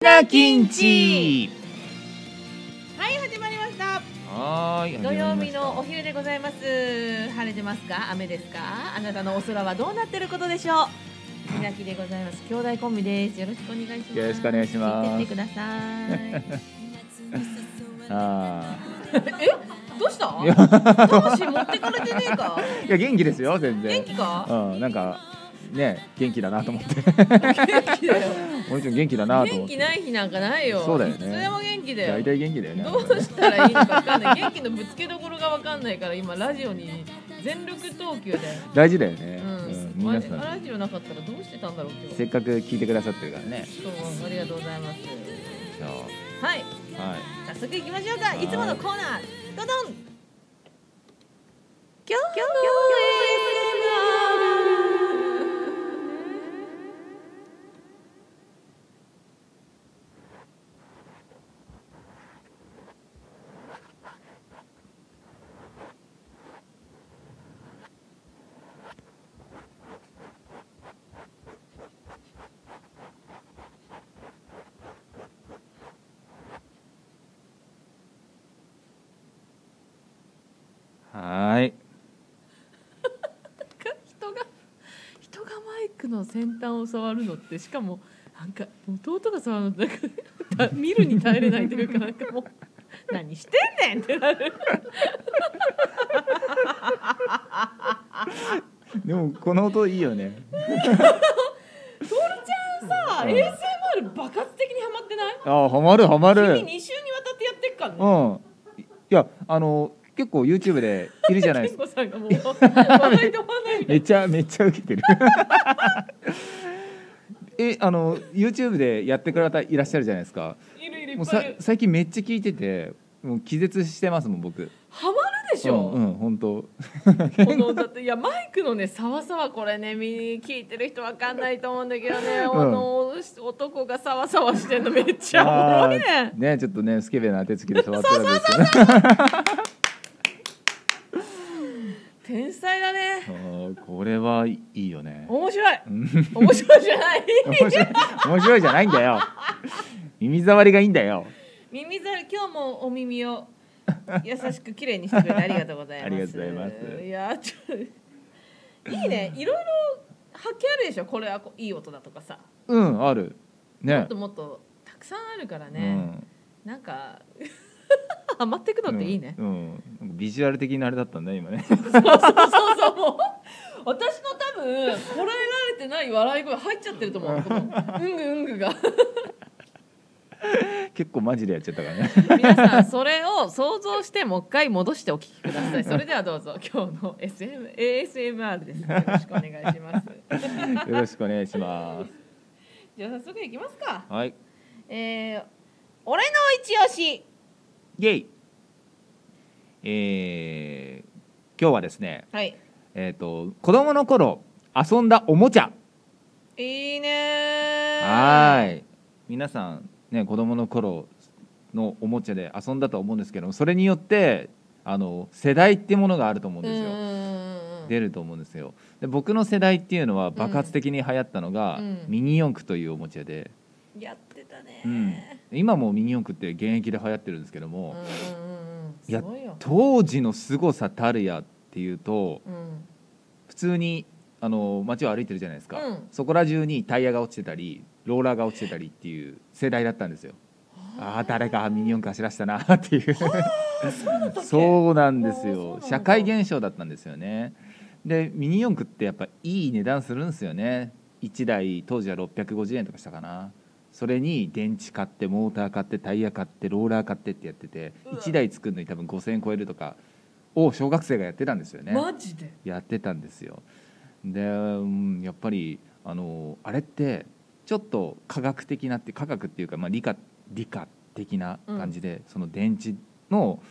なきんちはい、始まりました。はーい土曜日のお昼でございます。晴れてますか？雨ですか？あなたのお空はどうなってることでしょう？みなきでございます。兄弟コンビです。よろしくお願いします。よろしくお願いします聞いてってください。あ どうした？いや魂持ってかれてねえ か？ーいや元気ですよ全然元気 か？うんなんかね元気だなと 思って元気だよ。もちろん元気だなと思元って気ない日なんかないよ。そうだよねそれも元気だよ大。体元気だよねどうしたらいいのかわかんない。元気のぶつけどころがわかんないから今ラジオに全力投球だよ。大事だよね、うんうん、皆あさんラジオなかったらどうしてたんだろう今せ日。っかく聞いてくださってるからねどうもありがとうございます。じゃはい、あはい早速行きましょうか。はいいつものコーナー、どどん。今日はーい人が人がマイクの先端を触るのってしかもなんか弟が触るのって なんか見るに耐えれないというかなんかもう何してんねんってなる。 でもこの音いいよねトールちゃんさ、うん ASMR 爆発的にハマってない？あーハマるハマる君2週にわたってやってっからうね。んいやあの結構 YouTube でいるじゃないですか健吾さんがもう笑い止まんないみたいめちゃめちゃ受けてる。 えあの YouTube でやってくれた方いらっしゃるじゃないですか。な。いるいるいもうっぱさいいる。最近めっちゃ聞いてて、もう気絶してますもん僕。ハマるでしうんうょ。ん本当。このだっていやマイクのねさわさわこれねみ聞いてる人わかんないと思うんだけどね。あの男がさわさわしてんのめっちゃおもろいねあー。ねちょっとねスケベな手つきで触ってたんですけ ど。天才だね。あーこれはいいよね。面白い。うん面白いじゃない。面白い 面白いじゃないんだよ。耳障りがいいんだよ。耳ざる今日もお耳 を優しく綺麗にしてくれてありがとうございます。ありがとうございますいやちょっとい いね。いろいろ発見あるでしょ。これはこういい音だとかさ。うんあるもねっと。もっとたくさんあるからね。うんなんか ハマっていくのっていいね。うん、うん、なんかビジュアル的なあれだったんだね今ね。 そうそうそうそうもう。私の多分こらえられてない笑い声入っちゃってると思う。このうんぐうんぐが。結構マジでやっちゃったからね。皆さんそれを想像してもう一回戻してお聞きくださ いそれではどうぞ今日の SM ASMR ですよろしくお願いしますよろしくお願いします。 じゃあ早速いきますかはい。えー、俺の一押しイェイえー今日はですね、はいえー、と子供の頃遊んだおもちゃいいねはーいい皆さん、ね、子供の頃のおもちゃで遊んだと思うんですけどもそれによってあの世代ってものがあると思うんうですんよ。うんうん出ると思うんですよで僕の世代っていうのは爆発的に流行ったのが、うんうんミニ四駆というおもちゃで、やってたねうん今もミニ四駆って現役で流行ってるんですけども、うんうんうんうんいやすごいよ当時の凄さたるやっていうと、うん普通にあの街を歩いてるじゃないですか、うんそこら中にタイヤが落ちてたりローラーが落ちてたりっていう世代だったんですよああー誰かミニ四駆走らせたなっていううそうなんですあーそうなよんだ社会現象だったんですよねでミニ四駆ってやっぱいい値段するんですよね1台当時は650円とかしたかなそれに電池買ってモーター買ってタイヤ買ってローラー買ってってやっててうわ1台作るのに多分5,000円超えるとかを小学生がやってたんですよねマジでやってたんですよ。でうんやっぱりあのあれってちょっと科学的なって科学っていうか、まあ、理科理科的な感じで、その電池の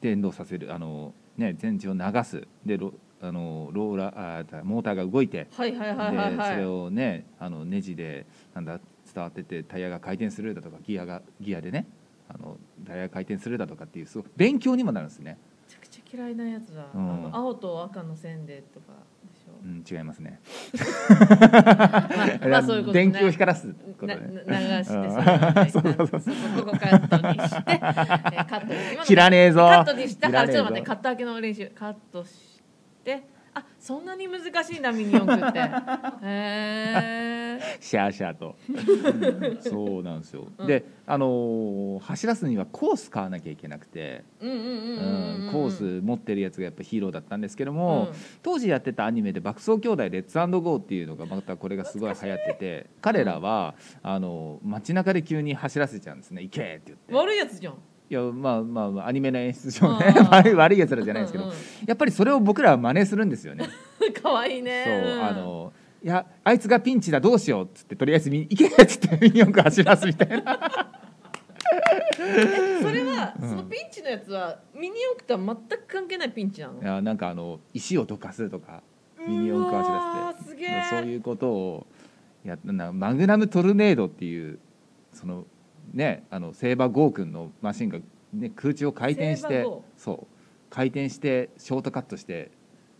電動させるあの、ね、電池を流すでロあのローラーあーモーターが動いてはいはいはいはいではそれいをねあのネジでなんだ伝わっててタイヤが回転するだとかギアがギアでねあのタイヤが回転するだとかっていうすごい勉強にもなるんですね。めちゃくちゃ嫌いなやつだ、うんあの青と赤の線でとかでしょうん、 違いますね。まあ、まあ、そういうことね電球を光らすことななね。流してそれをあねー そうそうそうここカットにして、えーカット今の切らねえぞカットにしたから切ちょっらとねえぞ待ってカット開けの練習カットしてあそんなに難しいんだミニ四駆ってへえシャーシャーと。 そうなんですよ。うんで、あのー走らすにはコース買わなきゃいけなくて、うんうんううんうんうんん、コース持ってるやつがやっぱヒーローだったんですけども、うん当時やってたアニメで「爆走兄弟レッツゴー」っていうのがまたこれがすごい流行ってて彼らは、あの街中で急に走らせちゃうんですね「行け!」って言って。悪いやつじゃん いやまあまあまあアニメの演出上ねうん 悪い悪いやつらじゃないですけど、うんやっぱりそれを僕らは真似するんですよね。うん可愛いねそう、んあの、いや、あいつがピンチだ、どうしようっつって、とりあえず見に行けっつって、ミニ四駆走らすみたい な。それは、うんそのピンチのやつはミニ四駆とは全く関係ないピンチなのいや、なんか、あの、石をどかすとか、ミニ四駆走らせてすせげて、えそういうことを。やったな、マグナムトルネードっていう、その、ね、あの、セーバーゴー君のマシンが、ね、空中を回転しセーてバーゴ。そう、回転して、ショートカットして、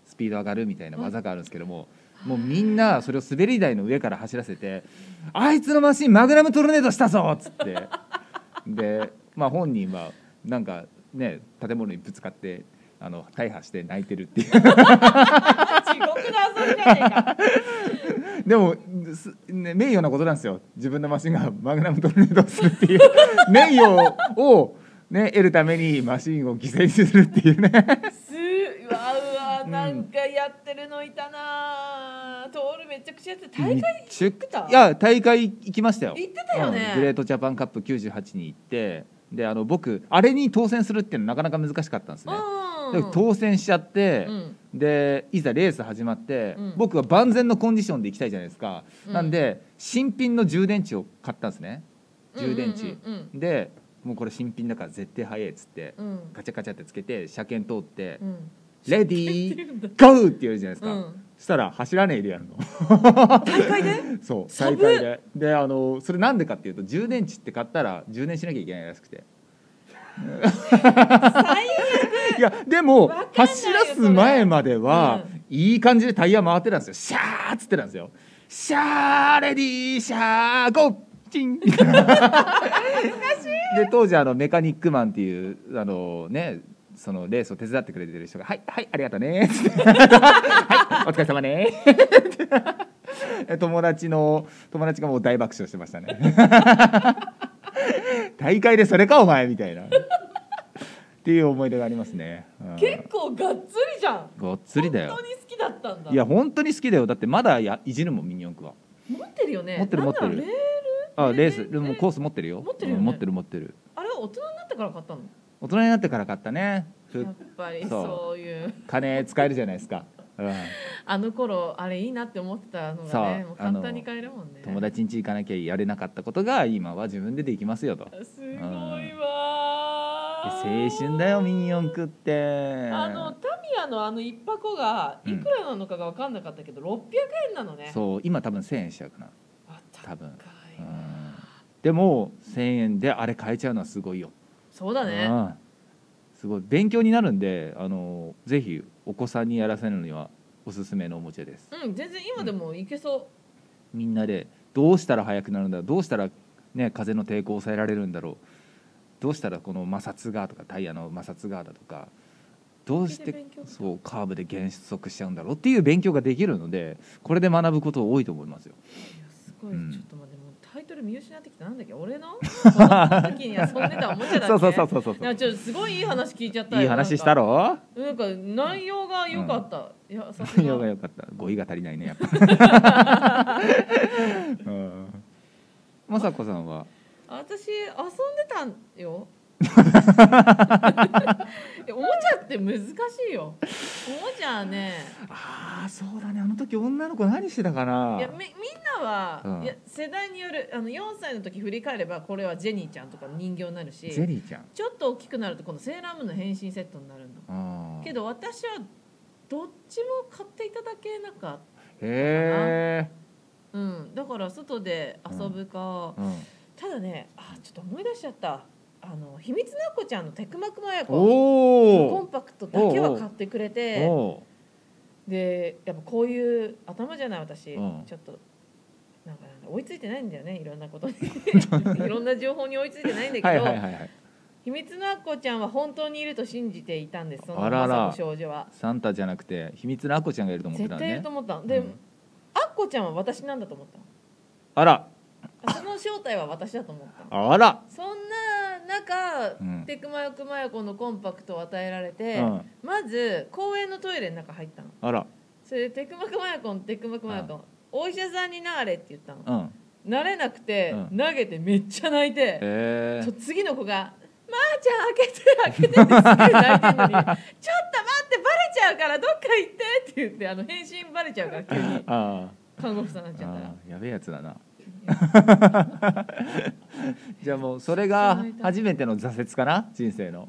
スピード上がるみたいな技があるんですけども。もうみんなそれを滑り台の上から走らせて「あいつのマシンマグナムトルネードしたぞ!」っつ ってで、まあ、本人はなんかね建物にぶつかってあの大破して泣いてるっていう地獄の遊びじゃねえかでも、すね、名誉なことなんですよ自分のマシンが マグナムトルネードをするっていう 名誉を、ね、得るためにマシンを犠牲にするっていうね。すうわうわうんなんかやってるのいたなあトールめちゃくちゃやって大め会っちゃ行ってたいや大会行きましたよ行ってたよねうんグレートジャパンカップ98に行ってであの僕あれに当選するっていうのはなかなか難しかったんですね、うでん当選しちゃって、うんでいざレース始まって、うん僕は万全のコンディションで行きたいじゃないですか、うんなんで新品の充電池を買ったんですね充電池、うんうんでもうこれ新品だから絶対早いっつって、うんうんガチャガチャってつけて車検通って「うんレデ言ィってーるんだゴー!」って言うじゃないですか、うんそしたら走らねえでやるの大会で そう寒大っ会でであのそれなんでかっていうと充電池って買ったら充電しなきゃいけないらしくて最 いやでもわかんないよ走らす前までは、そいい感じでタイヤ回ってたんですよシャーっつってたんですよシャーレディーシャーゴーチン懐かしいで当時あのメカニックマンっていうあのねそのレースを手伝ってくれてる人が「はいはいありがとうね」つってはいお疲れ様ね」 友達の友達がもう大爆笑してましたね 大会でそれかお前みたいなっていう思い出がありますね、うん結構がっつりじゃんがっつりだよ本当に好きだったんだいや本当に好きだよだってまだやいじるもんミニ四駆は持ってるよね持ってるなんだろう持ってるレールあえーレースでもコース持ってるよ持ってるよねうん持ってる持ってるあれは大人になってから買ったの大人になってから買ったねふやっぱりそうそういう金使えるじゃないですか、うん、あの頃あれいいなって思ってたのがねそうもう簡単に買えるもんね友達ん家行かなきゃやれなかったことが今は自分でできますよとですごいわー青春だよミニ四駆ってあのタミヤのあの一箱がいくらなのかが分かんなかったけど、600円なのねそう今多分1,000円しちゃうかなあ高多い分、う、なんでも1,000円であれ買えちゃうのはすごいよそうだね、うんすごい勉強になるんであのぜひお子さんにやらせるのにはおすすめのおもちゃですうん、全然今でもいけそう、みんなでどうしたら速くなるんだろうどうしたら、ね、風の抵抗を抑えられるんだろうどうしたらこの摩擦がとかタイヤの摩擦がだとかどうしそれでて勉強そうカーブで減速しちゃうんだろうっていう勉強ができるのでこれで学ぶこと多いと思いますよ。いやすごい、うんちょっと待ってもうタイトル見失ってきたなんだっけ 俺の子供の時に遊んでたおもちゃだっけそうそうそうそうそうなんかちょっとすごいいい話聞いちゃったよいい話したろなんかなんか内容が良かった、いやさすが内 容が良かった語彙が足りないねやっぱ うんまさこさんは私遊んでたんよ いやおもちゃって難しいよおもちゃはねああそうだねあの時女の子何してたかないやみみんなは、うんいや世代によるあの4歳の時振り返ればこれはジェニーちゃんとかの人形になるしゼリーちゃんちょっと大きくなるとこのセーラームーンの変身セットになるのあーけど私はどっちも買っていただけなかっへえ、た、うん、だから外で遊ぶか、うん、ただねあちょっと思い出しちゃったあの秘密の子ちゃんのテクマクマヤコおコンおパクトだけは買ってくれておでやっぱこういう頭じゃない私、うんちょっとなんかなんだ追いついてないんだよねいろん なことにいろんな情報に追いついてないんだけど、はいはいはいはい秘密のアッコちゃんは本当にいると信じていたんですそのあららマサの少女は。サンタじゃなくて秘密のアッコちゃんがいると思って絶たん対いるねと思ったので、うんアッコちゃんは私なんだと思ったのあらあその正体は私だと思ったのあらそんな中、うんテクマヨクマヨコのコンパクトを与えられて、うんまず公園のトイレの中入ったのあらそれでテクマクマヤコンテクマクマヤコンお医者さんになれって言ったの、うんなれなくて、うん投げてめっちゃ泣いて、えとー、次の子が「まー、ちゃん開けて開けて」ってすげえ泣いてんのに「ちょっと待ってバレちゃうからどっか行って」って言ってあの返信バレちゃうから急 にあ看護婦さんーになっちゃったらあ。ーやべえやつ だないやじゃあもうそれが初めての挫折かな人生 の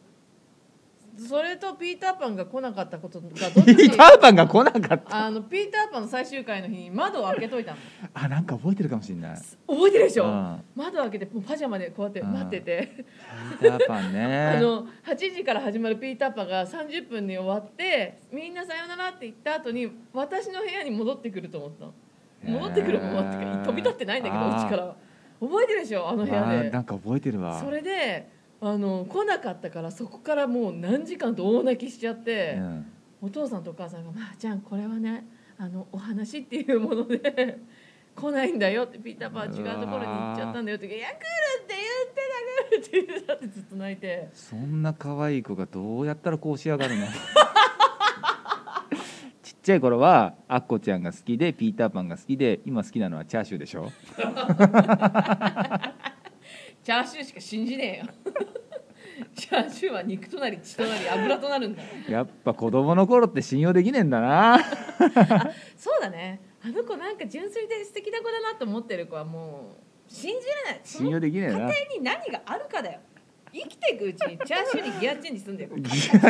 それとピーターパンが来なかったことがどっピちにーターパンが来なかったあのピーターパンの最終回の日に窓を開けといたのあなんか覚えてるかもしれない覚えてるでしょ、うん窓開けてもうパジャマでこうやって待ってて、ピーターパンね あの8時から始まるピーターパンが30分に終わってみんなさよならって言った後に私の部屋に戻ってくると思ったの戻ってくるも終わってから飛び立ってないんだけどあうーちから覚えてるでしょあの部わ屋あでなんか覚えてるわそれであの来なかったからそこからもう何時間と大泣きしちゃって、うんお父さんとお母さんが「まあちゃんこれはねあのお話っていうもので 来ないんだよ」って「ピーターパンは違うところに行っちゃったんだよ」って言って「いや来るって言ってた来る」って言ってたってずっと泣いてそんな可愛い子がどうやったらこう仕上がるの ちっちゃい頃はアッコちゃんが好きでピーターパンが好きで今好きなのはチャーシューでしょチャーシューしか信じねえよ チャーシューは肉となり血となり油となるんだやっぱ子供の頃って信用できねえんだな そうだねあの子なんか純粋で素敵な子だなと思ってる子はもう信じれないそ信の用できねえ家な庭に何があるかだよ生きていくうちにチャーシューに ギアチェンジするんだよガチャガチャガ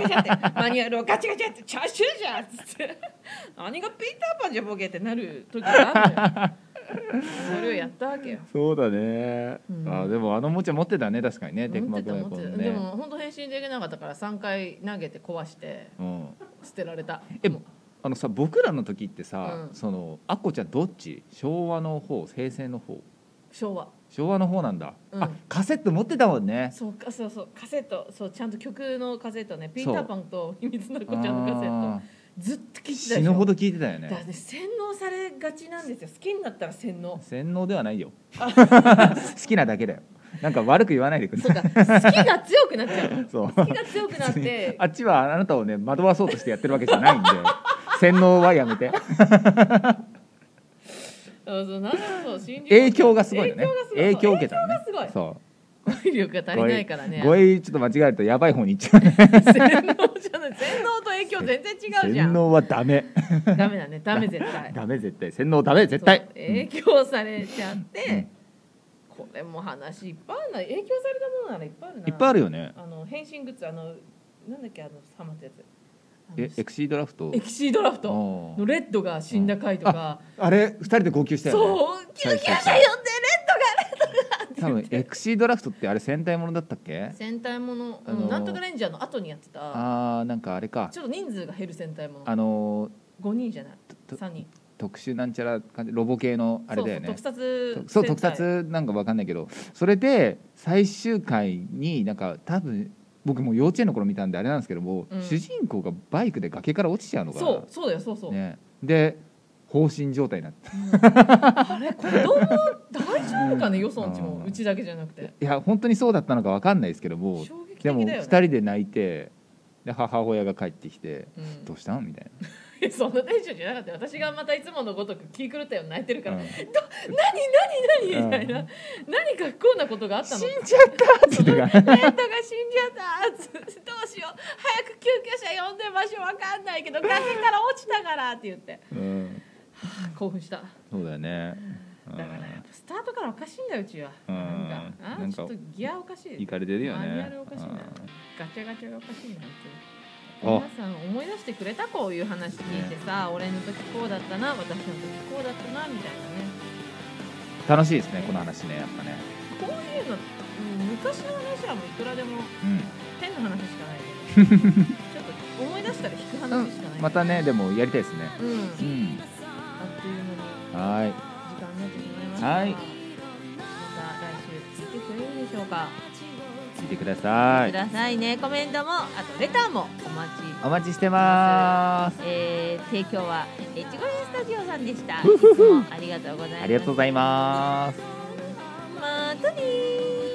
チャってマニュアルをガチャガチャってチャーシューじゃんっつって何がピーターパンじゃボケってなる時があるのよそれをやったわけよそうだね、うんあでもあのおもちゃ持ってたね確かにねテク持マってクマた持コってンた、でねも本当返信できなかったから3回投げて壊してうん、捨てられたえもうあのさ僕らの時ってさ、うんそのあっこちゃんどっち昭和の方平成の方昭和昭和の方なんだ、うんあカセット持ってたもんねそうかそうそうカセットそうちゃんと曲のカセットねピーターパンと秘密の子ちゃんのカセッあトずっと聴ーいてたでしょ死ぬほど聞いてたよだからねね洗脳されがちなんですよ好きになったら洗脳洗脳ではないよ 好きなだけだよなんか悪く言わないでくれそうか好きが強くなっちゃ うそう好きが強くなってあっちはあなたをね惑わそうとしてやってるわけじゃないんで洗脳はやめてそうそうなんかそう信じ影響がすごいよね影影響響をが受すけたのねごい影響がすごいそう語彙力が足りないからね語彙ちょっと間違えるとやばい方に行っちゃうね洗脳じゃない洗脳と影響全然違うじゃ洗ん脳はダメダメだねダメ絶対ダメ絶対洗脳ダメ絶対そう影響されちゃっうんてこれも話いっぱいあるな影響されたものならいっぱいあるないっぱいあるよねあの変身グッズあのなんだっけあのハマったやつあのえエクシードラフトエキシードラフトあのーレッドが死んだ回とかあれ二人で号泣したよねそうキューキューしそたうそうそうよってレッド多がレッドがって言っ分てエクシードラフトってあれ戦隊ものだったっけ戦隊もの、うんあのーなんとかレンジャーの後にやってたあーなんかあれかちょっと人数が減る戦隊もあのの5人じゃないと3人ー特殊なんちゃら感じロボ系のあれだよねそうそう特撮そう戦特隊撮なんかわかんないけどそれで最終回になんか多分僕もう幼稚園の頃見たんであれなんですけども、うん主人公がバイクで崖から落ちちゃうのがそうそうだよそうそう、ね、で放心状態になってあれ子供大丈夫かねよそんちもうんうちだけじゃなくていや本当にそうだったのかわかんないですけども衝撃的だでよもね2人で泣いてで母親が帰ってきて「うんどうしたん?」みたいえそん なテンションじゃなかったよ私がまたいつものごとく気狂ったように泣いてるかならうん「ど何何何?」みたいな、うん何か不幸なことがあっ「死たんのじゃった!」って言ってペかットが死んじゃったつどうしよう早く救急車呼んで場所わかんないけど崖から落ちたからって言ってら、うん、興奮したそうだよね、うだからやっん、ぱスタートからおかしいんだようちはうんなんかあなんかちょっとギアおかしいいかれてるよマニュアねルおかしいなガチャガチャがおかしいな本あ当に皆さん思い出してくれたこういう話聞いてさ、俺の時こうだったな私の時こうだったなみたいなねうん楽しいですねこの話ねやっぱね、こういうのうん昔の話はもういくらでもうん変な話しかないけどちょっと思い出したら引く話しかない、またねでもやりたいですねうん、うんあっという間にはい時間になってしまいました。はいまた来週聞いてくれるでしょうか。聞いてくださくいださいね。コメントもあとレターもお待ち。お待ちしてますえー、提供は越後編スタジオさんでした。いふふふつもありがとうございます。ありがとうございますまたねー。